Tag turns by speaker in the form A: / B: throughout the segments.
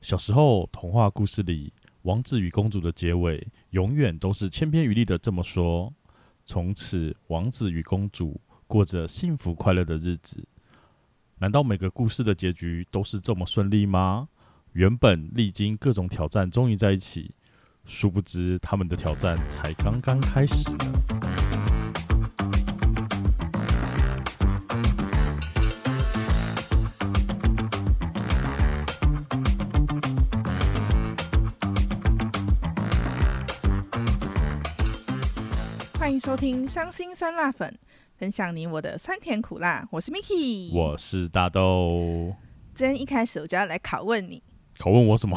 A: 小时候童话故事里，王子与公主的结尾永远都是千篇一律的这么说：从此，王子与公主过着幸福快乐的日子。难道每个故事的结局都是这么顺利吗？原本历经各种挑战，终于在一起，殊不知他们的挑战才刚刚开始呢。
B: 欢迎收听《伤心酸辣粉》，分享你我的酸甜苦辣。我是 Miki，
A: 我是大豆，
B: 今天一开始我就要来拷问你，
A: 拷问我什么？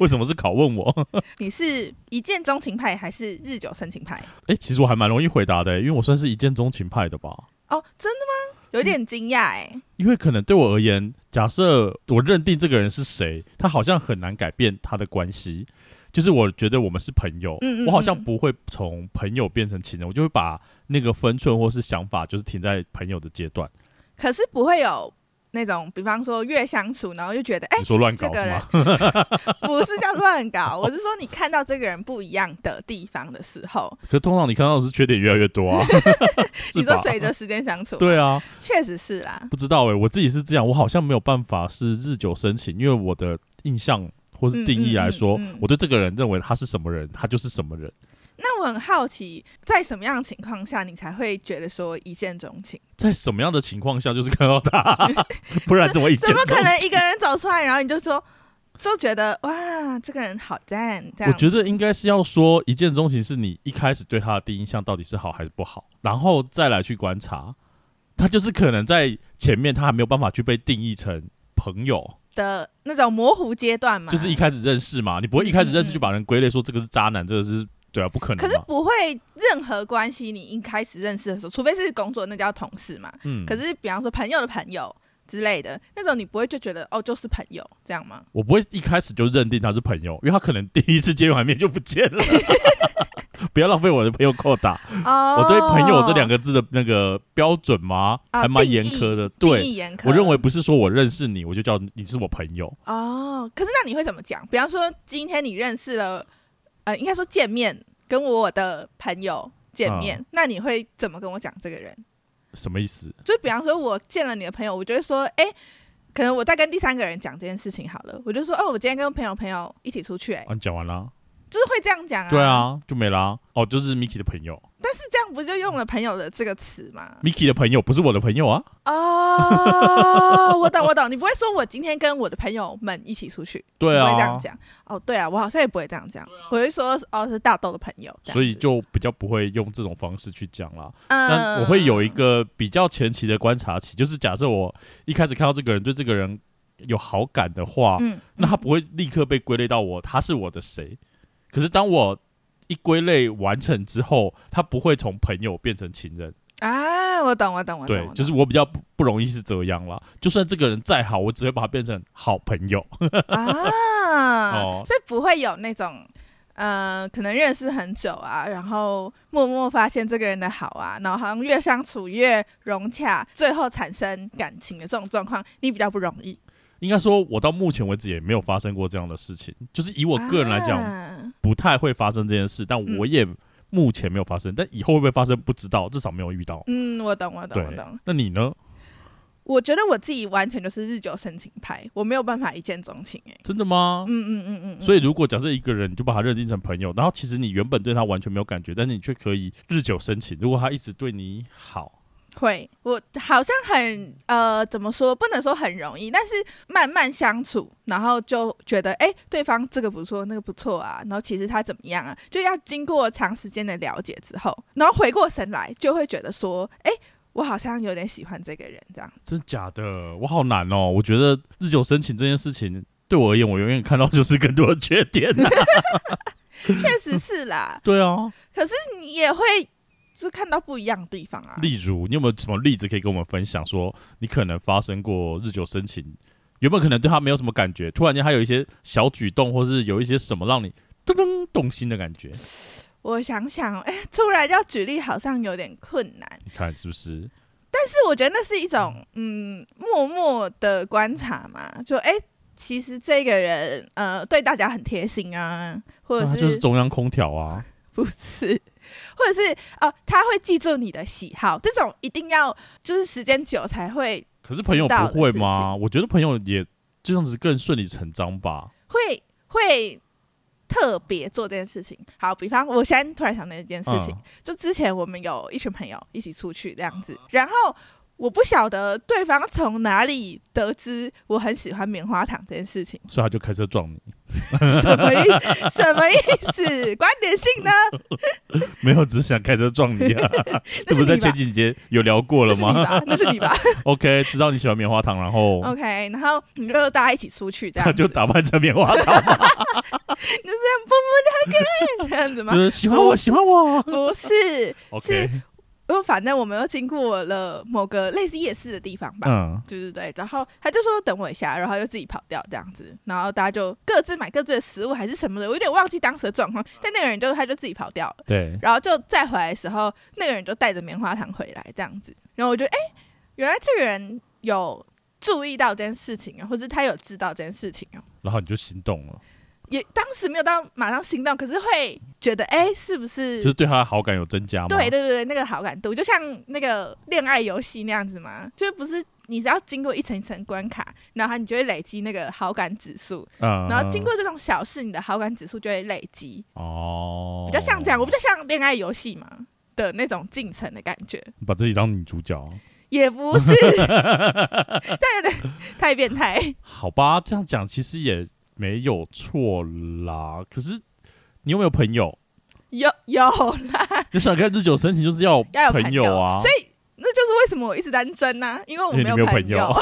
A: 为什么是拷问我？
B: 你是一见钟情派还是日久生情派？
A: 哎、其实我还蛮容易回答的、因为我算是一见钟情派的吧。
B: 哦，真的吗？有点惊讶哎，
A: 因为可能对我而言，假设我认定这个人是谁，他好像很难改变他的关系。就是我觉得我们是朋友，
B: 嗯嗯嗯
A: 我好像不会从朋友变成情人，我就会把那个分寸或是想法，就是停在朋友的阶段。
B: 可是不会有那种，比方说越相处，然后就觉得哎、
A: 你说乱搞
B: 这个
A: 是
B: 人
A: 吗？
B: 不是叫乱搞，我是说你看到这个人不一样的地方的时候，
A: 可是通常你看到的是缺点越来越多啊， 是
B: 你说
A: 吧？
B: 随着时间相处，
A: 对，啊，
B: 确实是啦。
A: 不知道诶、欸我自己是这样，我好像没有办法是日久生情，因为我的印象或是定义来说，
B: 嗯嗯嗯嗯
A: 我对这个人认为他是什么人，他就是什么人。
B: 那我很好奇，在什么样的情况下你才会觉得说一见钟情？
A: 在什么样的情况下就是看到他， 不然怎么一见
B: 怎么可
A: 钟
B: 能
A: 情？
B: 一个人走出来，然后你就说就觉得哇，这个人好赞？这
A: 我
B: 样
A: 觉得应该是要说一见钟情是你一开始对他的第一印象到底是好还是不好，然后再来去观察。他就是可能在前面他还没有办法去被定义成朋友，
B: 的那种模糊阶段嘛，
A: 就是一开始认识嘛，你不会一开始认识就把人归类说这个是渣男，这个是对啊，不可
B: 可
A: 能
B: 是
A: 嘛。
B: 不会任何关系，你一开始认识的时候，除非是工作，那叫同事嘛。
A: 嗯，
B: 可是比方说朋友的朋友之类的那种，你不会就觉得哦就是朋友这样吗？
A: 我不会一开始就认定他是朋友，因为他可能第一次见完面就不见了。 不要浪费我的朋友扣打，
B: 哦，
A: 我对“朋友”这两个字的那个标准吗？
B: 啊
A: 还蛮严苛的。对，
B: 定义严苛，
A: 我认为不是说我认识你，我就叫你是我朋友。
B: 哦，可是那你会怎么讲？比方说今天你认识了，呃，应该说见面跟我的朋友见
A: 啊
B: 面，那你会怎么跟我讲这个人？
A: 什么意思？
B: 就比方说，我见了你的朋友，我就会说，哎、可能我在跟第三个人讲这件事情好了，我就说，哦，我今天跟朋友朋友一起出去、哎、
A: 啊，你讲完啦？
B: 就是会这样讲啊。
A: 对，啊，就没啦。哦，就是 Miki 的朋友
B: 但是这样不就用了“朋友”的这个词 吗？
A: ，Miki 的朋友不是我的朋友啊。
B: 哦，我懂，我懂，你不会说我今天跟我的朋友们一起出去，
A: 对
B: 你不会这样
A: 啊，
B: 讲。哦，对啊，我好像也不会这样讲，我会说，哦，是大豆的朋友，这样
A: 所以
B: 子，
A: 就比较不会用这种方式去讲啦。
B: 嗯
A: 但我会有一个比较前期的观察期，就是假设我一开始看到这个人，对这个人有好感的话，
B: 嗯，
A: 那他不会立刻被归类到我他是我的谁。可是当我一归类完成之后，他不会从朋友变成情人。
B: 啊，我懂，我懂，我懂，
A: 对
B: 我，懂
A: 就是我比较不不容易是这样啦。就算这个人再好，我只会把他变成好朋友。
B: 啊，
A: 哦
B: 所以不会有那种，呃，可能认识很久啊，然后默默发现这个人的好啊，然后好像越相处越融洽，最后产生感情的这种状况，你比较不容易。
A: 应该说，我到目前为止也没有发生过这样的事情。就是以我个人来讲，
B: 啊
A: 不太会发生这件事，但
B: 嗯
A: 我也目前没有发生，但以后会不会发生不知道，至少没有遇到。
B: 嗯，我懂，我懂，我
A: 对
B: 懂。，
A: 那你呢？
B: 我觉得我自己完全就是日久生情派，我没有办法一见钟情、欸，哎，
A: 真的吗？
B: 嗯嗯嗯嗯嗯，
A: 所以，如果假设一个人，你就把他认定成朋友，然后其实你原本对他完全没有感觉，但是你却可以日久生情。如果他一直对你好，
B: 会，我好像很呃，怎么说？不能说很容易，但是慢慢相处，然后就觉得，哎、对方这个不错，那个不错啊，然后其实他怎么样啊？就要经过长时间的了解之后，然后回过神来，就会觉得说，哎、我好像有点喜欢这个人，这样。
A: 真假的，我好难哦。我觉得日久生情这件事情对我而言，我永远看到就是更多的缺 点、啊。，
B: 确实是啦
A: 对啊，
B: 可是你也会就看到不一样的地方啊。
A: 例如，你有没有什么例子可以跟我们分享？说你可能发生过日久生情，原本可能对他没有什么感觉，突然间他有一些小举动，或是有一些什么让你噔噔动心的感觉？
B: 我想想，哎、突然要举例好像有点困难。
A: 你看是不是？
B: 但是我觉得那是一种嗯默默的观察嘛，就哎、诶其实这个人呃对大家很贴心啊，或者
A: 那他
B: 是,、
A: 就是中央空调啊，
B: 不是， 或者是呃他会记住你的喜好，这种一定要就是时间久才会
A: 可是朋友
B: 知道的
A: 不会
B: 事
A: 吗？我觉得朋友也这样子更顺理成章吧。
B: 会会特别做这件事情。好，比方我现在突然想到一件事情，
A: 嗯
B: 就之前我们有一群朋友一起出去这样子，然后我不晓得对方从哪里得知我很喜欢棉花糖这件事情，
A: 所以他就开车撞你，
B: 什么意什么意思？观点性呢？
A: 没有，只是想开车撞你 啊。这
B: 那
A: 不
B: 是
A: 是在
B: 你吧
A: 前？几节有聊过
B: 那
A: 了
B: 是你
A: 吗
B: 吧？那是你吧
A: ？OK，知道你喜欢棉花糖，然后
B: ？OK，然后你就大家一起出去这样
A: 他
B: 子，
A: 就打扮成棉花糖，
B: 你就这样蹦蹦跳跳这样子吗
A: 就？是喜欢我，喜欢我。
B: 不是，
A: OK，
B: 因为反正我们又经过了某个类似夜市的地方吧，
A: 嗯，
B: 对对对，然后他就说等我一下，然后他就自己跑掉这样子，然后大家就各自买各自的食物还是什么的，我有点忘记当时的状况，但那个人就他就自己跑掉了，
A: 对，
B: 然后就再回来的时候，那个人就带着棉花糖回来这样子，然后我就哎，原来这个人有注意到这件事情啊，或者他有知道这件事情啊，
A: 然后你就心动了，
B: 也当时没有到马上心动，可是会觉得哎，是不是？
A: 就是对他的好感有增加吗？
B: 对对对对，那个好感度就像那个恋爱游戏那样子嘛，就是不是你只要经过一层一层关卡，然后你就会累积那个好感指数，
A: 嗯，嗯
B: 然后经过这种小事，你的好感指数就会累积，
A: 哦，
B: 比较像这样，我比较像恋爱游戏嘛的那种进程的感觉，
A: 把自己当女主角，
B: 也不是， 这样有点太变态。
A: 好吧？这样讲其实也没有错啦。可是你有没有朋友？
B: 有有
A: 你想看日久生情，就是要
B: 要有
A: 朋友啊。
B: 所以那就是为什么我一直单身呢、因为我
A: 因为
B: 没
A: 你
B: 有
A: 没有
B: 朋
A: 朋友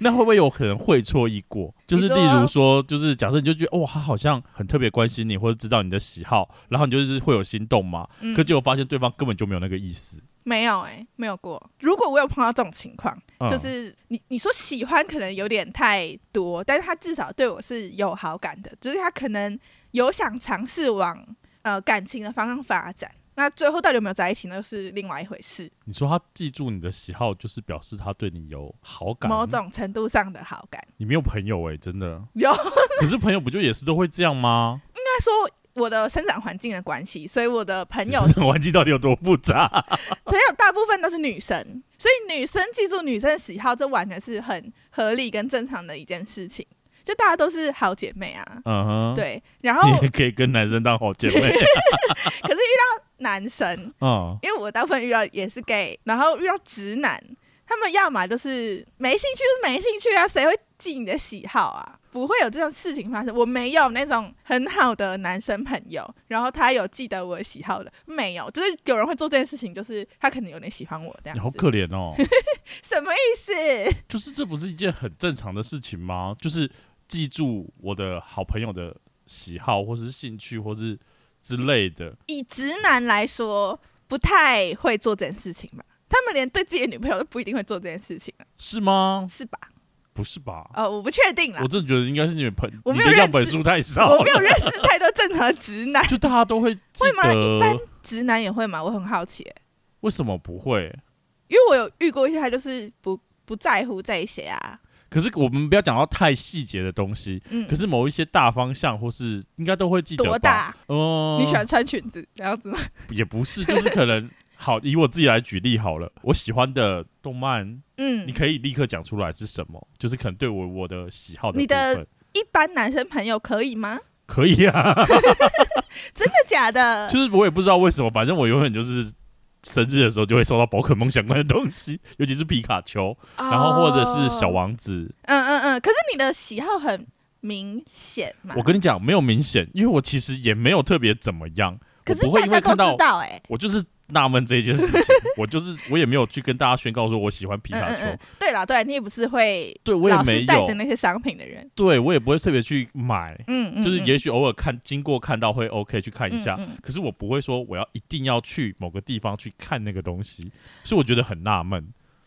A: 那会不会有可能会错意过？就是
B: 你
A: 例
B: 说
A: 如说，就是假设你就觉得哇，他好像很特别关心你，或者知道你的喜好，然后你就是会有心动嘛？
B: 嗯
A: 可结果发现对方根本就没有那个意思，
B: 没有哎、没有过。如果我有碰到这种情况，
A: 嗯
B: 就是你你说喜欢可能有点太多，但是他至少对我是有好感的，就是他可能有想尝试往呃感情的方向发展。那最后到底有没有在一起，那是另外一回事，
A: 你说他记住你的喜好，就是表示他对你有好感。
B: 某种程度上的好感。
A: 你没有朋友哎、真的。
B: 有应
A: 可是朋友不就也是都会这样 吗？
B: 该说我的生长环境的关系，所以我的朋友
A: 你是玩具到底有多复杂？
B: 朋友大部分都是女生，所以女生记住女生的喜好，这完全是很合理跟正常的一件事情。就大家都是好姐妹啊，
A: 嗯哼，，
B: 对。然后
A: 你也可以跟男生当好姐 妹。
B: 男生，
A: 嗯，
B: 因为我大部分遇到也是 gay，然后遇到直男，他们要么就是没兴趣，就是没兴趣啊，谁会记你的喜好啊？不会有这种事情发生。我没有那种很好的男生朋友，然后他有记得我的喜好的，没有。就是有人会做这件事情，就是他可能有点喜欢我这
A: 你好
B: 样子，
A: 可怜哦。
B: 什么意思？
A: 就是这不是一件很正常的事情吗？就是记住我的好朋友的喜好，或是兴趣，或是之类的。
B: 以直男来说，不太会做这件事情吧？他们连对自己的女朋友都不一定会做这件事情啊，
A: 是吗？
B: 是吧？
A: 不是吧？
B: 呃，我不确定啦
A: 我，真的觉得应该是你们朋
B: 我
A: 你
B: 没有
A: 的
B: 认
A: 样本
B: 识
A: 数太少
B: 我
A: 了
B: 没，有认识太多正常的直男。
A: 就大家都会 记
B: 会吗一般
A: 得。
B: 直男也会吗？我很好奇欸、
A: 为什么不会？
B: 因为我有遇过一些，他就是不不在乎这一些啊。
A: 可是我们不要讲到太细节的东西，
B: 嗯
A: 可，是某一些大方向或是应该都会记得吧。
B: 多？大？
A: 嗯，
B: 你喜欢穿裙子这样 子吗？
A: 也不是，就是可能 好，以我自己来举例好了，我喜欢的动漫，
B: 嗯
A: 你，可以立刻讲出来是什么，就是可能对我我的喜好的
B: 你的
A: 部分
B: 一般男生朋友可以吗？
A: 可以 啊，
B: 真的假的？
A: 就是我也不知道为什么，反正我永远就是。生日的时候就会收到宝可梦相关的东西， 尤其是皮卡丘，
B: 哦
A: 然后或者是小
B: 王。
A: 王子。
B: 嗯嗯嗯，可是你的喜好很明显嘛。
A: 我跟你讲，没有明显，因为我其实也没有特别怎么样，
B: 可
A: 我
B: 是
A: 不会因为
B: 大家
A: 看
B: 都
A: 到
B: 知道哎、
A: 我就是纳闷这件事情， 我就是我也没有去跟大家宣告说我喜欢皮
B: 嗯
A: 卡
B: 嗯
A: 丘，
B: 嗯，对啦对啦，你也不是会
A: 对我也
B: 老
A: 没
B: 是带
A: 有
B: 着，那些商品的人。
A: 对我也不会特别去买，
B: 嗯嗯，
A: 就是
B: 嗯
A: 也许偶尔看经过看到会 OK 去看一下，
B: 嗯嗯
A: 可是我不会说我要一定要去某个地方去看那个东西，所以我觉得很纳闷。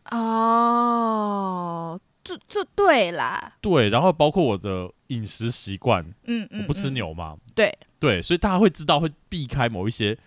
B: 嗯哦，就就对啦。
A: 对，然后包括我的饮食习惯，
B: 嗯嗯，
A: 我不吃
B: 嗯
A: 牛嘛，
B: 对
A: 对，所以大家会知道会避开某一些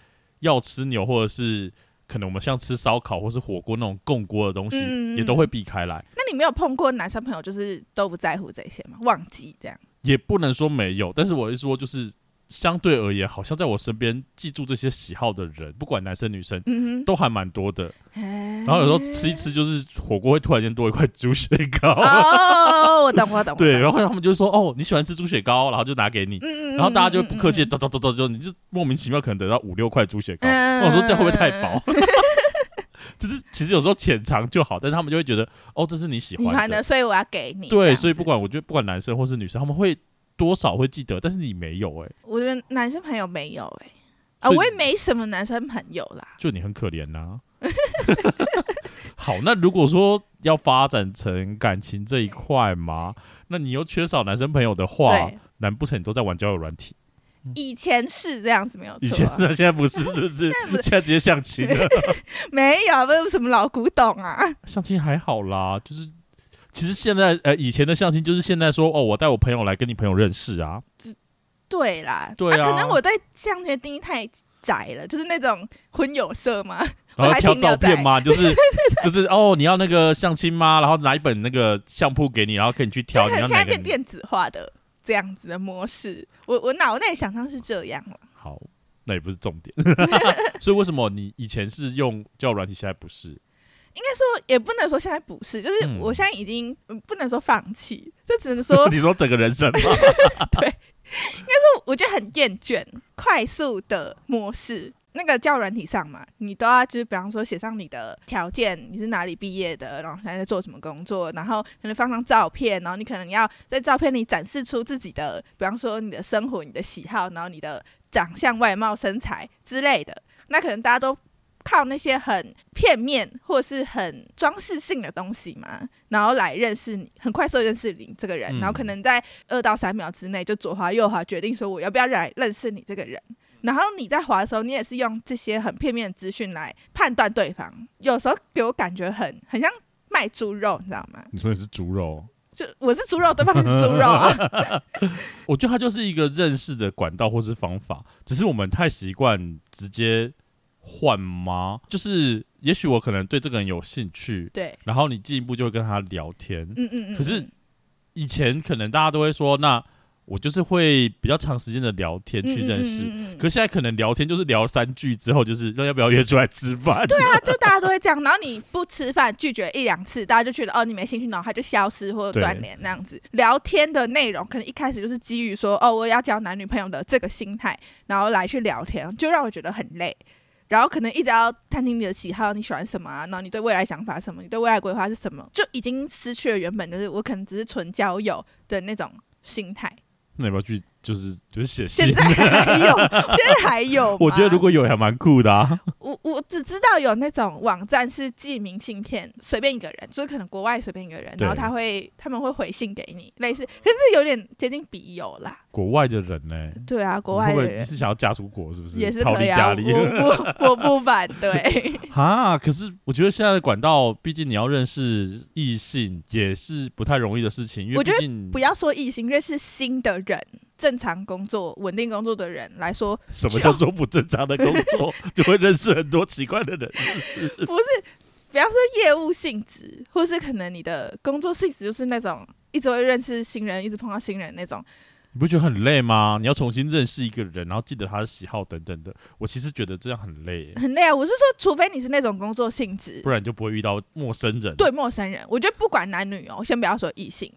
A: 要吃牛或者是。可能我们像吃烧烤或是火锅那种共锅的东西，
B: 嗯嗯嗯
A: 也都会避开来。
B: 那你没有碰过男生朋友就是都不在乎这些吗？忘记这样。
A: 也不能说没有，但是我是说，就是相对而言，好像在我身边记住这些喜好的人，不管男生女生，
B: 嗯
A: 都还蛮多的。
B: 哼，然
A: 然后有时候吃一吃，就是火锅会突然间多一块猪血糕，
B: 哦，我懂，我懂。我
A: 对，
B: 懂，
A: 然后他们就说：“哦，你喜欢吃猪血糕，然后就拿给你。”
B: 嗯嗯
A: 然后大家就会不客气，
B: 嗯
A: 叨叨叨叨，就你就莫名其妙可能得到五六块猪血糕。
B: 嗯
A: 我说这样会不会太薄？ 就是其实有时候浅尝就好，但是他们就会觉得哦，这是你喜
B: 你
A: 欢
B: 还
A: 的
B: 的，，所以我要给你。这
A: 对，
B: 样子
A: 所以不管我觉得不管男生或是女生，他们会多少会记得，但是你没有哎、
B: 我觉得男生朋友没有哎、啊，
A: 所以
B: 我也没什么男生朋友啦。
A: 就你很可怜 呐、 好，那如果说要发展成感情这一块嘛，那你又缺少男生朋友的话
B: 对，，
A: 难不成你都在玩交友软体？
B: 以前是这样子没有
A: 以前
B: 错啊、
A: 是，现在不是，是不是？现在直接相亲了。
B: 没有，不是什么老古董啊。
A: 相亲还好啦，就是其实现在呃以前的相亲就是现在说哦，我带我朋友来跟你朋友认识啊，
B: 对啦，
A: 对啊
B: 可能我对这样的定义太窄了，就是那种婚友社嘛。
A: 然后挑
B: 我还停留
A: 照
B: 在
A: 片嘛，就是就是哦你要那个相亲吗？然后拿一本那个相簿给你，然后跟你去
B: 就
A: 挑
B: 可
A: 你
B: 能
A: 要
B: 现
A: 哪
B: 在
A: 个
B: 变
A: 女。
B: 电子化的这样子的模式，我我脑内想象是这样啊了。
A: 好，那也不是重点。 所以为什么你以前是用交友软体，现在不是？
B: 应该说也不能说现在不是，就是
A: 嗯
B: 我现在已经嗯不能说放弃，就只能 说
A: 你说整个人生吗？
B: 我觉得很厌倦快速的模式。那个教软体上嘛，你都要就是比方说写上你的条件，你是哪里毕业的，然后现在在做什么工作，然后可能放上照片，然后你可能要在照片里展示出自己的，比方说你的生活、你的喜好，然后你的长相、外貌、身材之类的。那可能大家都靠那些很片面或是很装饰性的东西嘛，然后来认识你，很快速地认识你这个人，
A: 嗯
B: 然后可能在二到三秒之内就左滑右滑决定说我要不要来认识你这个人。然后你在滑的时候，你也是用这些很片面的资讯来判断对方，有时候给我感觉很很像卖猪肉，你知道吗？
A: 你说你是猪肉？
B: 就我是猪肉，对方也是猪肉 啊。
A: 我觉得它就是一个认识的管道或是方法，只是我们太习惯直接换吗？就是也许我可能对这个人有兴趣，
B: 对，
A: 然后你进一步就会跟他聊天。
B: 嗯嗯嗯。
A: 可是
B: 嗯
A: 以前可能大家都会说，那我就是会比较长时间的聊天去认识。
B: 嗯嗯嗯嗯嗯
A: 可现在可能聊天就是聊三句之后，就是那要不要约出来吃饭？对啊，
B: 就大家都会这样，然后你不吃饭拒绝一两次，大家就觉得哦你没兴趣，然后他就消失或者
A: 对
B: 断联那样子。聊天的内容可能一开始就是基于说哦我要交男女朋友的这个心态，然后来去聊天，就让我觉得很累。然后可能一直要探听你的喜好，你喜欢什么啊？然后你对未来想法是什么？你对未来规划是什么？就已经失去了原本就是我可能只是纯交友的那种心态。
A: 那要不要去就是就是写
B: 现
A: 信？
B: 在还有，现在还有吗。
A: 我觉得如果有也还蛮酷的啊。
B: 我我只知道有那种网站是寄明信片，随便一个人，就是可能国外随便一个人，
A: 对
B: 然后他会他们会回信给你，类似，可是有点接近笔友啦。
A: 国外的人呢、欸
B: 对啊，国外
A: 你会不
B: 的
A: 会你
B: 人
A: 是想要嫁出国是不是？
B: 也是
A: 逃
B: 可
A: 离
B: 以
A: 家
B: 啊，
A: 里。
B: 我我我不反对。
A: 哈，可是我觉得现在的管道，毕竟你要认识异性也是不太容易的事情，因为
B: 我
A: 毕
B: 觉得
A: 竟
B: 不要说异性，认识新的人，正常工作、稳定工作的人来说，
A: 什么叫做不正常的工 作， 就会认识很多奇怪的人。
B: 不是，比方说业务性质，或是可能你的工作性质就是那种一直会认识新人，一直碰到新人那种。
A: 你不觉得很累吗？你要重新认识一个人，然后记得他的喜好等等的，我其实觉得这样很累，
B: 很累啊！我是说，除非你是那种工作性质
A: 不，然你就不会遇到陌生人。
B: 对陌生人，我觉得不管男女哦，先不要说异性，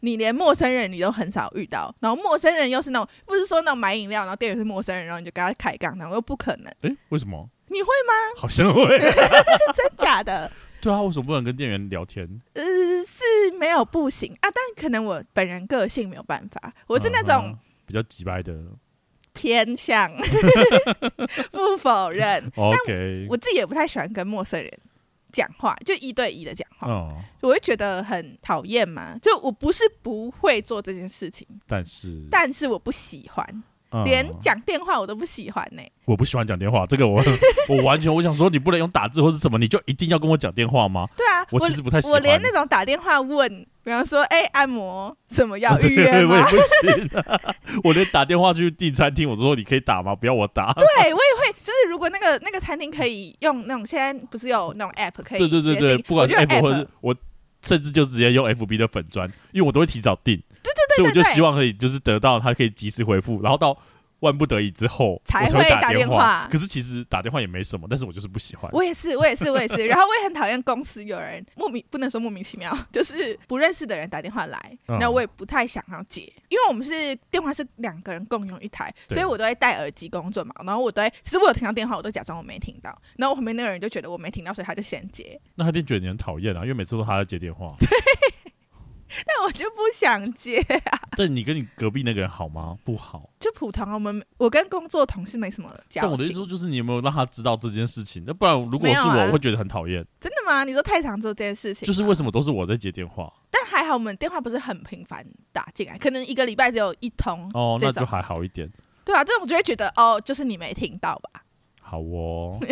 B: 你连陌生人你都很少遇到，然后陌生人又是那种不是说那种买饮料，然后店员是陌生人，然后你就跟他开杠，然后又不可能，
A: 诶，为什么？
B: 你会吗？
A: 好像会。
B: 真假的？
A: 对啊，为什么不能跟店员聊天？
B: 呃，是没有不行啊，但可能我本人个性没有办法，我是那
A: 嗯
B: 种
A: 哼比较急掰的。
B: 偏 向，不否认，
A: OK，
B: 我自己也不太喜欢跟陌生人讲话，就一对一的讲话。
A: 嗯，
B: 我会觉得很讨厌嘛，就我不是不会做这件事情，
A: 但是
B: 但是我不喜欢，
A: 嗯
B: 连讲电话我都不喜欢呢、
A: 我不喜欢讲电话，这个 我我完全我想说，你不能用打字或是什么，你就一定要跟我讲电话吗？
B: 对啊，
A: 我
B: 我
A: 其实不太喜欢
B: 我连那种打电话问，比方说，哎、按摩什么要预约
A: 对，我也
B: 吗？
A: 不行、我连打电话去订餐厅，我都说你可以打吗？不要我打。
B: 对，我也会，就是如果那个那个餐厅可以用那种，现在不是有那种 app 可以
A: 对对对
B: 直接
A: 对，
B: 订
A: 不管是
B: 我就
A: app
B: 用
A: 或者是我甚至就直接用 FB 的粉砖，因为我都会提早订，
B: 对
A: 所以我就
B: 对
A: 希望可以就是得到他可以及时回复，然后到万不得已之后
B: 才
A: 我才会
B: 会
A: 打
B: 打
A: 电
B: 电话
A: 可是其实打电话也没什么，但是我就是不喜欢。
B: 我也是，我也是，我也是。然后我也很讨厌公司有人莫名不能说莫名其妙，就是不认识的人打电话来，
A: 嗯
B: 那、我也不太想要接，因为我们是电话是两个人共用一台，
A: 对
B: 所以我都会戴耳机工作嘛。然后我都会，其实我有听到电话，我都假装我没听到。然后我旁边那个人就觉得我没听到，所以他就先接，
A: 那他一定觉得你很讨厌啊，因为每次都他在接电话。
B: 但我就不想接，
A: 但你跟你隔壁那个人好吗？不好。
B: 就普通啊。我们我跟工作同事没什么交
A: 但我的意思
B: 情。
A: 说，就是你有没有让他知道这件事情？那不然如果
B: 没
A: 是
B: 有
A: 我，
B: 啊
A: 我会觉得很讨厌。
B: 真的吗？你说太常做这件事情吗，啊
A: 就是为什么都是我在接电话？
B: 但还好我们电话不是很频繁打进来，可能一个礼拜只有一通
A: 哦，
B: 这
A: 那
B: 种
A: 就还好一点。
B: 对啊，这种就会觉得哦，就是你没听到吧？
A: 好哦，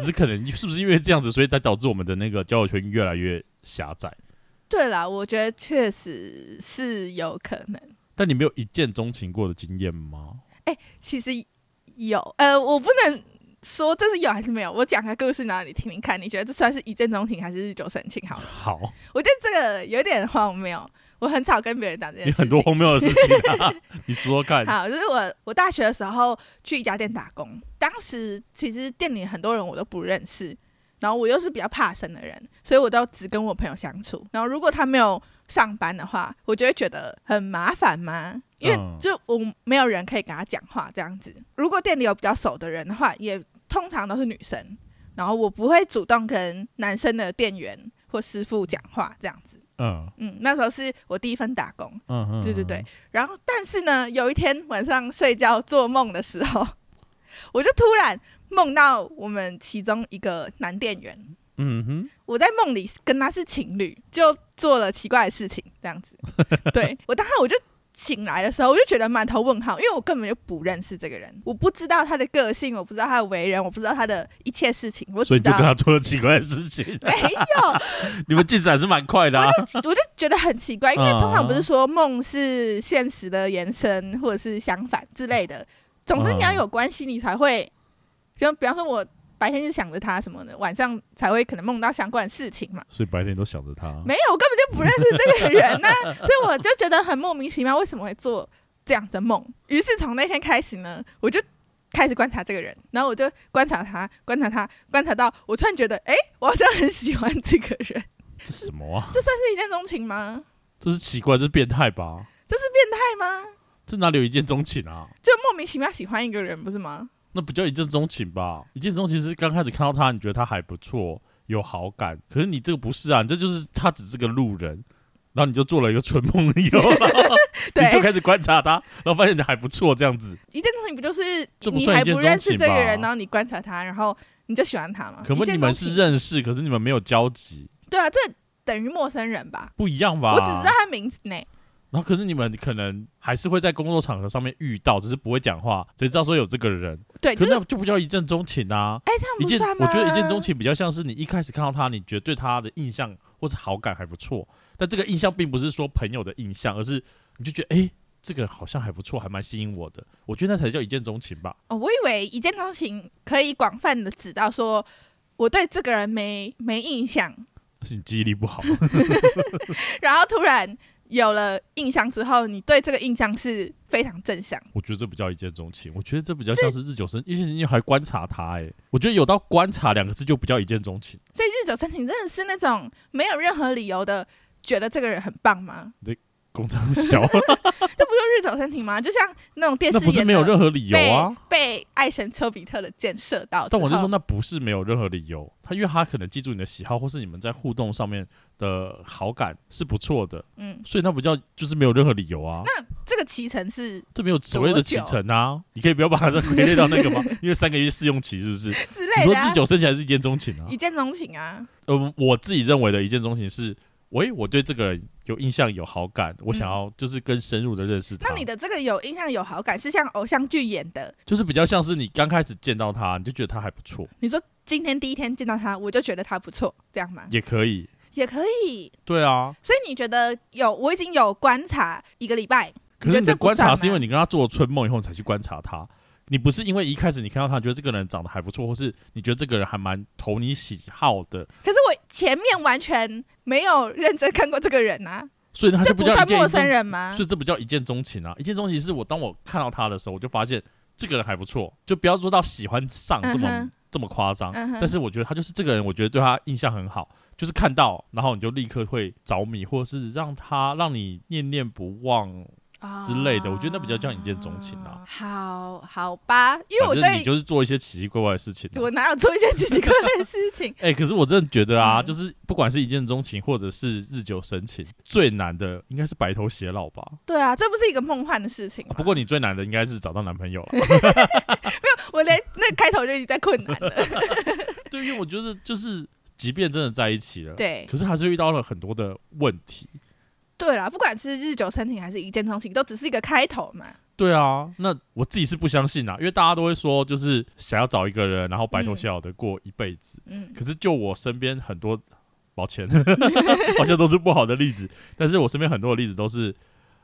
A: 只是可能是不是因为这样子，所以才导致我们的那个交友圈越来越狭窄？
B: 对啦，我觉得确实是有可能。
A: 但你没有一见钟情过的经验吗？
B: 其实有，呃，我不能说这是有还是没有，我讲个故事，然后你听听看，你觉得这算是一见钟情还是日久生情？好了，
A: 好，
B: 我觉得这个有点荒谬，我很少跟别人讲这件
A: 你
B: 事情。
A: 很多荒谬的事情 啊，你说说看。
B: 好，就是我我大学的时候去一家店打工，当时其实店里很多人我都不认识，然后我又是比较怕生的人，所以我都只跟我朋友相处。然后如果他没有上班的话，我就会觉得很麻烦嘛，因为
A: 嗯
B: 就我没有人可以跟他讲话这样子。如果店里有比较熟的人的话，也通常都是女生，然后我不会主动跟男生的店员或师傅讲话这样子。
A: 嗯
B: 嗯，那时候是我第一份打工，
A: 嗯嗯，
B: 对对对，。然后，但是呢，有一天晚上睡觉做梦的时候， 我就突然梦到我们其中一个男店员，
A: 嗯哼，
B: 我在梦里跟他是情侣，就做了奇怪的事情，这样 子。对我当时我就醒来的时候，我就觉得满头问号，因为我根本就不认识这个人，我不知道他的个性，我不知道他的为人，我不知道他的一切事情，我
A: 所
B: 只
A: 以
B: 知
A: 你就跟
B: 道。
A: 他做了奇怪的事情，
B: 没有，
A: 你们进展还是蛮快的啊。
B: 我就觉得很奇怪，因为
A: 嗯
B: 通常不是说梦是现实的延伸，或者是相反之类的。总之，
A: 嗯
B: 你要有关系，你才会，就比方说，我白天是想着他什么的，晚上才会可能梦到相关的事情嘛。
A: 所以白天都想着他。
B: 没有，我根本就不认识这个人呐、所以我就觉得很莫名其妙，为什么会做这样的梦？于是从那天开始呢，我就开始观察这个人，然后我就观察他，观察他，观察到我突然觉得，哎、我好像很喜欢这个人，
A: 这什么啊？
B: 这算是一见钟情吗？
A: 这是奇怪，这是变态吧？
B: 这是变态吗？
A: 这哪里有一见钟情啊？
B: 就莫名其妙喜欢一个人，不是吗？
A: 那不叫一见钟情吧？一见钟情是刚开始看到他，你觉得他还不错，有好感。可是你这个不是啊，你这就是他只是个路人，然后你就做了一个纯梦以 后，然后你就
B: 对，
A: 开始观察他，然后发现你还不错这样子。
B: 一见钟情不就是
A: 这不
B: 你
A: 算
B: 还
A: 一见
B: 不认
A: 钟
B: 识
A: 情
B: 这个
A: 吧
B: 人，然后你观察他，然后你就喜欢他吗？
A: 可不，
B: 一见
A: 你们
B: 钟情
A: 是认识，可是你们没有交集，
B: 对啊，这等于陌生人吧？
A: 不一样吧？
B: 我只知道他名字呢。
A: 然后可是你们可能还是会在工作场合上面遇到，只是不会讲话，只知道说有这个人，
B: 对，就
A: 可
B: 是
A: 那就不叫一见钟情啊。
B: 哎，这样
A: 一
B: 不
A: 见，
B: 算
A: 我
B: 吗？
A: 觉得一见钟。情比较像是你一开始看到他，你觉得对他的印象或是好感还不错，但这个印象并不是说朋友的印象，而是你就觉得哎、诶这个人好像还不错，还蛮吸引我的。我觉得那才叫一见钟情吧。
B: 哦，我以为一见钟情可以广泛的指到说我对这个人没没印象，
A: 是你记忆力不好，
B: 然后突然有了印象之后，你对这个印象是非常正向。
A: 我觉得这不叫一见钟情，我觉得这比较像是日久生，因为你还观察他、诶，我觉得有到观察两个字就不叫一见钟情。
B: 所以日久生情真的是那种没有任何理由的觉得这个人很棒吗？
A: 工厂 小，
B: 这不就日久生情吗？就像那种电视
A: 那不是
B: 演
A: 没有
B: 的
A: 任何理由
B: 被、哦
A: 啊。
B: 被爱神丘比特的箭射到之
A: 但
B: 后，
A: 我是说，那不是没有任何理由，他因为他可能记住你的喜好，或是你们在互动上面的好感是不错的，
B: 嗯，
A: 所以那不叫就是没有任何理由啊，
B: 这个骑乘是
A: 这没有所谓的启程啊，你可以不要把它归类到那个吗？ 因为三个月试用期是不是？你
B: 之类
A: 说
B: 的啊、
A: 日久生情还是一见钟情啊
B: 一？见钟情啊，
A: 呃，我自己认为的一见钟情是，喂，我对这个人有印象有好感，我想要就是更深入的认识他。
B: 嗯那你的这个有印象有好感是像偶像剧演的，
A: 就是比较像是你刚开始见到他，你就觉得他还不错，
B: 你说今天第一天见到他，我就觉得他不错，这样吗？
A: 也可以。
B: 也可以。
A: 对啊，
B: 所以你觉得有我已经有观察一个礼拜，
A: 可是你
B: 你觉得
A: 的
B: 这不
A: 观察
B: 算
A: 是因为
B: 吗
A: 你跟他做了春梦以后你才去观察他，你不是因为一开始你看到他你觉得这个人长得还不错，或是你觉得这个人还蛮投你喜好的，
B: 可是我前面完全没有认真看过这个人啊，
A: 所以他
B: 这
A: 就
B: 不
A: 叫一
B: 算
A: 见
B: 陌
A: 一
B: 生
A: 钟，
B: 人啊吗？
A: 所以这不叫一见钟情啊！一见钟情是我当我看到他的时候，我就发现这个人还不错，就不要说到喜欢上这么、
B: 嗯哼
A: 这么夸张，
B: 嗯哼
A: 但是我觉得他就是这个人，我觉得对他印象很好，就是看到然后你就立刻会着迷，或是让他让你念念不忘。之类的我觉得那比较像一见钟情啊。
B: 好好吧，因为我
A: 反正
B: 对
A: 你就是做一些奇奇怪怪的事情啊、
B: 我哪有做一些奇奇怪怪的事 情
A: 哎、可是我真的觉得啊，
B: 嗯
A: 就是不管是一见钟情，或者是日久生情，最难的应该是白头偕老吧。啊
B: 对啊，这不是一个梦幻的事情吗？
A: 不过你最难的应该是找到男朋友 了。
B: 我连那开头就已经在困难 了。
A: 对，因为我觉得就是，即便真的在一起了，，
B: 对
A: 可是还是遇到了很多的问题。
B: 对啦，不管是日久生情还是一见钟情，都只是一个开头嘛。
A: 对啊，那我自己是不相信啊，因为大家都会说，就是想要找一个人，然后白头偕老的过一辈子。
B: 嗯，
A: 可是就我身边很多，抱歉， 好像都是不好的例子。但是我身边很多的例子都是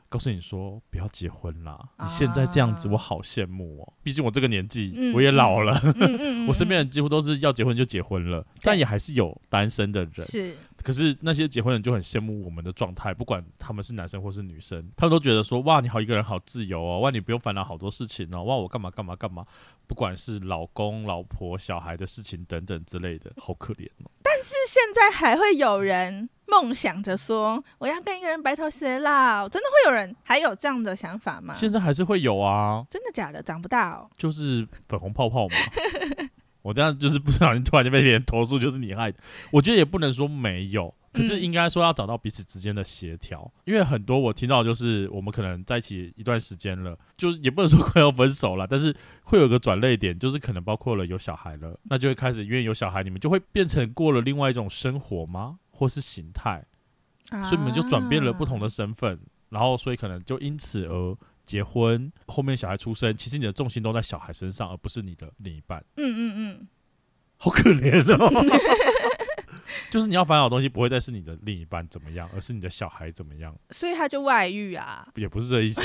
A: 告诉你说不要结婚啦，你现在这样子
B: 啊
A: 我好羡慕哦。毕竟我这个年纪、
B: 嗯
A: 我也老了，
B: 嗯嗯嗯
A: 我身边人几乎都是要结婚就结婚了，但也还是有单身的人。
B: 是
A: 可是那些结婚人就很羡慕我们的状态，不管他们是男生或是女生，他们都觉得说哇，你好一个人好自由哦，哇，你不用烦恼好多事情哦，哇，我干嘛干嘛干嘛，不管是老公、老婆、小孩的事情等等之类的，好可怜哦。
B: 是现在还会有人梦想着说我要跟一个人白头偕老，真的会有人还有这样的想法吗？
A: 现在还是会有啊，
B: 真的假的？长不大哦。
A: 就是粉红泡泡嘛。 我这样就是不小心突然就被别人投诉，就是你害的。我觉得也不能说没有，可是
B: 嗯
A: 应该说要找到彼此之间的协调，因为很多我听到就是我们可能在一起一段时间了，就是也不能说快要分手了，但是会有个转泪点，就是可能包括了有小孩了，那就会开始因为有小孩，你们就会变成过了另外一种生活吗，或是形态？所以你们就转变了不同
B: 啊。
A: 的身份，然后所以可能就因此而结婚，后面小孩出生，其实你的重心都在小孩身上，而不是你的另一半，
B: 嗯嗯嗯，
A: 好可怜哦。 就是你要烦恼的东西不会再是你的另一半怎么样，而是你的小孩怎么样，
B: 所以他就外遇啊。
A: 也不是这意思。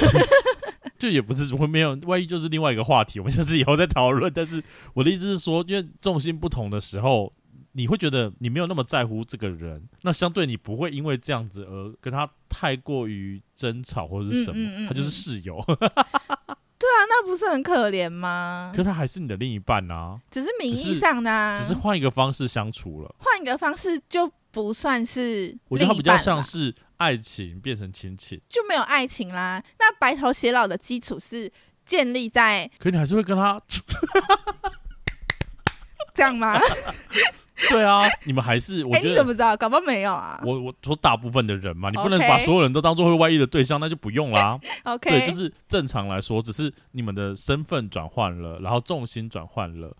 A: 就也不是如果没有，万一就是另外一个话题，我们下次以后再讨论。但是我的意思是说，因为重心不同的时候，你会觉得你没有那么在乎这个人，那相对你不会因为这样子而跟他太过于争吵或者是什么，
B: 嗯嗯嗯
A: 他就是室友，
B: 对啊，那不是很可怜吗
A: 可？是他还是你的另一半啊，
B: 只是名
A: 只是
B: 义上的、啊，
A: 只是换一个方式相处了。
B: 换一个方式就不算是
A: 我觉得他比
B: 另一
A: 较
B: 半啊
A: 像
B: 啦
A: 是爱情变成亲情，
B: 就没有爱情啦。那白头偕老的基础是建立在
A: 可你还是会跟他，
B: 这样吗？
A: 对啊，你们还是啊我
B: 哎、
A: 觉
B: 你怎
A: 得
B: 么知道？搞不好没有啊。
A: 我我说大部分的人嘛，你不
B: OK
A: 能把所有人都当做会外遇的对象，那 就不用啦。
B: OK，
A: 对，就是正常来说，只是你们的身份转换了，然后重心转换了，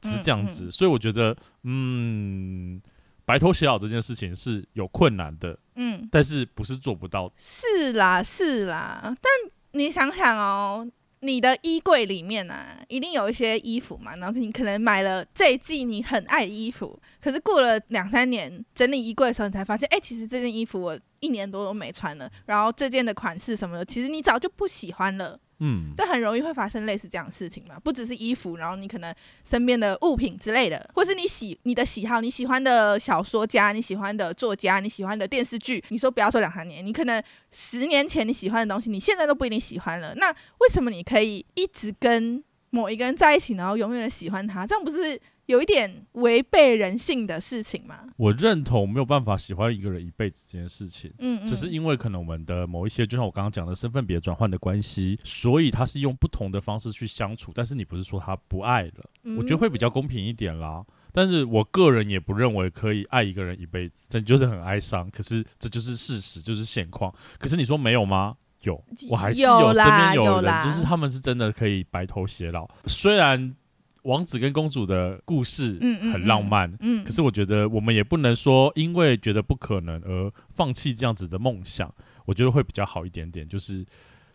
A: 只是这样子。
B: 嗯
A: 所以我觉得，嗯，白头偕老这件事情是有困难的，
B: 嗯，
A: 但是不是做不到。
B: 是啦是啦。但你想想哦，你的衣柜里面啊，一定有一些衣服嘛，然后你可能买了这一季你很爱的衣服，可是过了两三年整理衣柜的时候，你才发现，哎、其实这件衣服我一年多都没穿了，然后这件的款式什么的，其实你早就不喜欢了。
A: 嗯，
B: 这很容易会发生类似这样的事情嘛？不只是衣服，然后你可能身边的物品之类的，或是你喜你的喜好，你喜欢的小说家，你喜欢的作家，你喜欢的电视剧，你说不要说两三年，你可能十年前你喜欢的东西，你现在都不一定喜欢了。那为什么你可以一直跟某一个人在一起，然后永远的喜欢他？这样不是有一点违背人性的事情吗？
A: 我认同没有办法喜欢一个人一辈子这件事情。
B: 嗯，嗯
A: 只是因为可能我们的某一些，就像我刚刚讲的身份别转换的关系，所以他是用不同的方式去相处，但是你不是说他不爱了，
B: 嗯
A: 我觉得会比较公平一点啦。但是我个人也不认为可以爱一个人一辈子，但就是很哀伤。可是这就是事实，就是现况。可是你说没有吗？有，我还是
B: 有
A: 身
B: 啦
A: 边有
B: 有
A: 人，
B: 啦
A: 就是他们是真的可以白头偕老。虽然王子跟公主的故事
B: 嗯嗯
A: 很浪漫，
B: 嗯，
A: 可是我觉得我们也不能说因为觉得不可能而放弃这样子的梦想。我觉得会比较好一点点，就是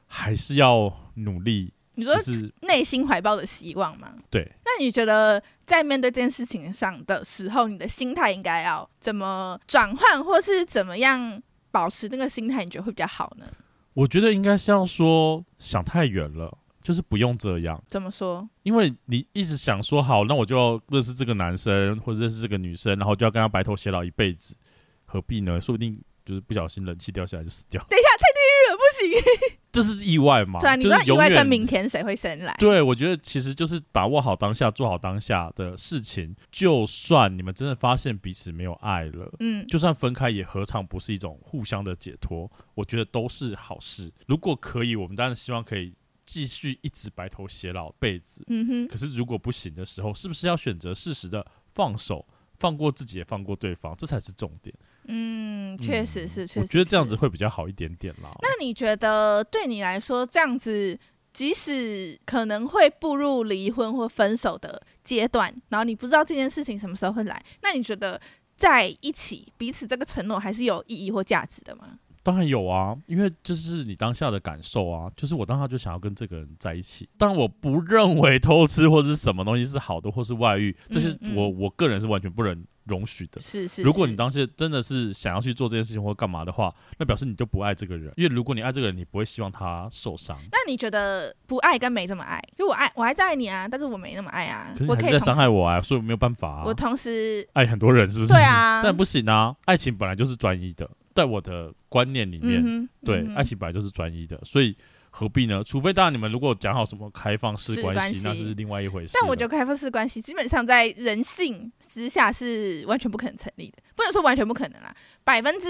A: 还是要努力，
B: 你说
A: 就是
B: 内心怀抱的希望吗？
A: 对。
B: 那你觉得在面对这件事情上的时候，你的心态应该要怎么转换，或是怎么样保持那个心态，你觉得会比较好呢？
A: 我觉得应该是要说想太远了。就是不用这样，
B: 怎么说？
A: 因为你一直想说好，那我就要认识这个男生或者认识这个女生，然后就要跟他白头偕老一辈子，何必呢？说不定就是不小心人气掉下来就死掉，
B: 等一下，太地狱了，不行。
A: 这是意外嘛？
B: 对啊，你
A: 就
B: 不知道
A: 是
B: 意
A: 永
B: 外
A: 远
B: 跟明天谁会先来？
A: 对，我觉得其实就是把握好当下，做好当下的事情。就算你们真的发现彼此没有爱了，
B: 嗯，
A: 就算分开，也何尝不是一种互相的解脱？我觉得都是好事。如果可以，我们当然希望可以继续一直白头偕老辈子。
B: 嗯哼，
A: 可是如果不行的时候，是不是要选择适时的放手，放过自己，也放过对方？这才是重点。
B: 嗯，确实是，确实。
A: 我觉得这样子。会比较好一点点啦。
B: 那你觉得对你来说，这样子，即使可能会步入离婚或分手的阶段，然后你不知道这件事情什么时候会来，那你觉得在一起彼此这个承诺还是有意义或价值的吗？
A: 当然有啊，因为这是你当下的感受啊，就是我当下就想要跟这个人在一起。但我不认为偷吃或者是什么东西是好的，或是外遇，这是
B: 嗯嗯
A: 我我个人是完全不能容许的。
B: 是是。
A: 如果
B: 是
A: 你当时真的是想要去做这件事情或干嘛的话，那表示你就不爱这个人，因为如果你爱这个人，你不会希望他受伤。
B: 那你觉得不爱跟没这么爱，就我爱我还在爱你啊，但是我没那么爱啊
A: 可是，你
B: 我
A: 还
B: 可
A: 是在
B: 以同
A: 伤
B: 时
A: 害我啊，所以我没有办法、啊。
B: 我同时
A: 爱很多人是不是？
B: 对啊
A: 但不行啊，爱情本来就是专一的，在我的观念里面，
B: 嗯哼
A: 对，
B: 嗯哼
A: 爱情本来就是专一的，所以何必呢？除非当然你们如果讲好什么开放式
B: 是
A: 关
B: 关
A: 系，那
B: 系
A: 是另外一回事了。
B: 但我觉得开放式关系基本上在人性之下是完全不可能成立的，不能说完全不可能啦，百分之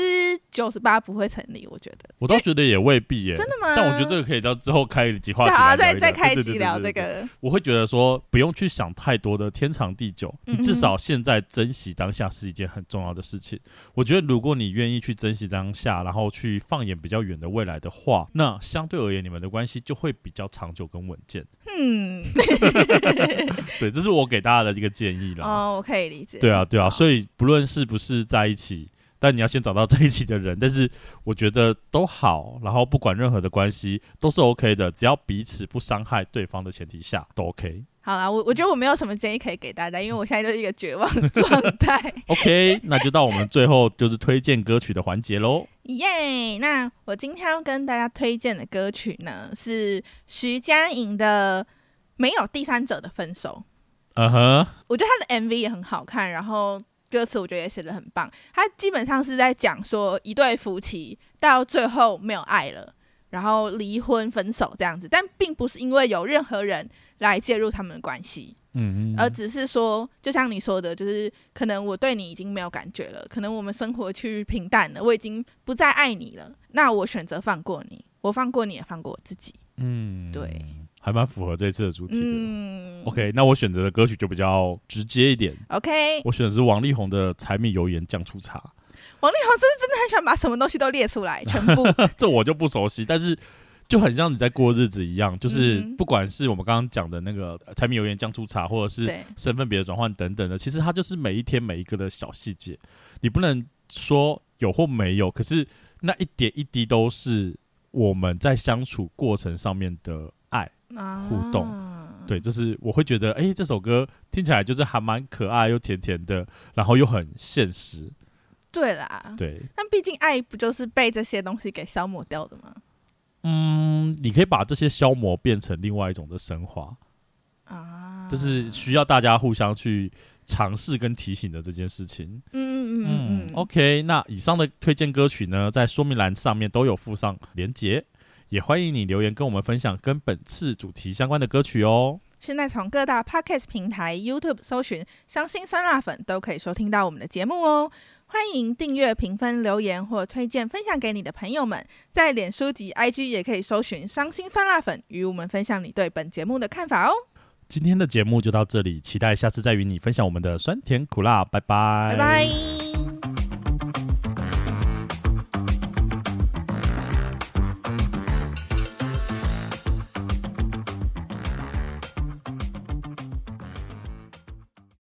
B: 九十八不会成立，我觉得。
A: 我倒觉得也未必耶、
B: 真的吗？
A: 但我觉得这个可以到之后开几话
B: 再
A: 题
B: 好啊，
A: 来聊一聊，
B: 再再
A: 对
B: 开
A: 对
B: 机
A: 对
B: 聊
A: 对
B: 这
A: 对
B: 个，
A: 我会觉得说不用去想太多的天长地久，
B: 嗯
A: 你至少现在珍惜当下是一件很重要的事情。我觉得如果你愿意去珍惜当下，然后去放眼比较远的未来的话，那相对而言你们的关系就会比较长久跟稳健。
B: 嗯，
A: 对，这是我给大家的一个建议啦。
B: 哦，我可以理解。
A: 对啊，对啊，
B: 好
A: 所以不论是不是在一起。但你要先找到在一起的人，但是我觉得都好，然后不管任何的关系都是 OK 的，只要彼此不伤害对方的前提下都 OK。
B: 好啦，我我觉得我没有什么建议可以给大家，因为我现在就是一个绝望的状态。
A: OK，那就到我们最后就是推荐歌曲的环节喽。
B: 耶那我今天要跟大家推荐的歌曲呢是徐佳莹的《没有第三者的分手》。
A: 嗯哼，
B: 我觉得他的 MV 也很好看，然后歌词我觉得也写的很棒。他基本上是在讲说一对夫妻到最后没有爱了，然后离婚分手这样子，但并不是因为有任何人来介入他们的关系，
A: 嗯
B: 而只是说，就像你说的，就是可能我对你已经没有感觉了，可能我们生活趋于平淡了，我已经不再爱你了，那我选择放过你，我放过你也放过我自己。
A: 嗯
B: 对，
A: 还蛮符合这次的主题的。
B: 嗯
A: OK，那我选择的歌曲就比较直接一点，
B: ，OK，
A: 我选的是王力宏的《柴米油盐酱醋茶》。
B: 王力宏是不是真的很喜欢把什么东西都列 出来，全部？
A: 这我就不熟悉，但是就很像你在过日子一样，就是
B: 嗯
A: 不管是我们刚刚讲的那个呃柴米油盐酱醋茶，或者是
B: 对。
A: 身份别的转换等等的，其实它就是每一天每一个的小细节，你不能说有或没有，可是那一点一滴都是我们在相处过程上面的爱。互动
B: 啊
A: 对，这是我会觉得，诶，这首歌听起来就是还蛮可爱又甜甜的，然后又很现实。
B: 对啦，
A: 对，
B: 但毕竟爱不就是被这些东西给消磨掉的吗？
A: 嗯，你可以把这些消磨变成另外一种的升华。
B: 啊，
A: 这是需要大家互相去尝试跟提醒的这件事情。
B: 嗯嗯嗯嗯嗯，
A: OK，那以上的推荐歌曲呢，在说明栏上面都有附上连结，也欢迎你留言跟我们分享跟本次主题相关的歌曲哦。
B: 现在从各大 podcast 平台、YouTube 搜寻“伤心酸辣粉”都可以收听到我们的节目哦。欢迎订阅、评分、留言或推荐分享给你的朋友们。在脸书及 IG 也可以搜寻“伤心酸辣粉”，与我们分享你对本节目的看法哦。
A: 今天的节目就到这里，期待下次再与你分享我们的酸甜苦辣，拜拜，
B: 拜拜。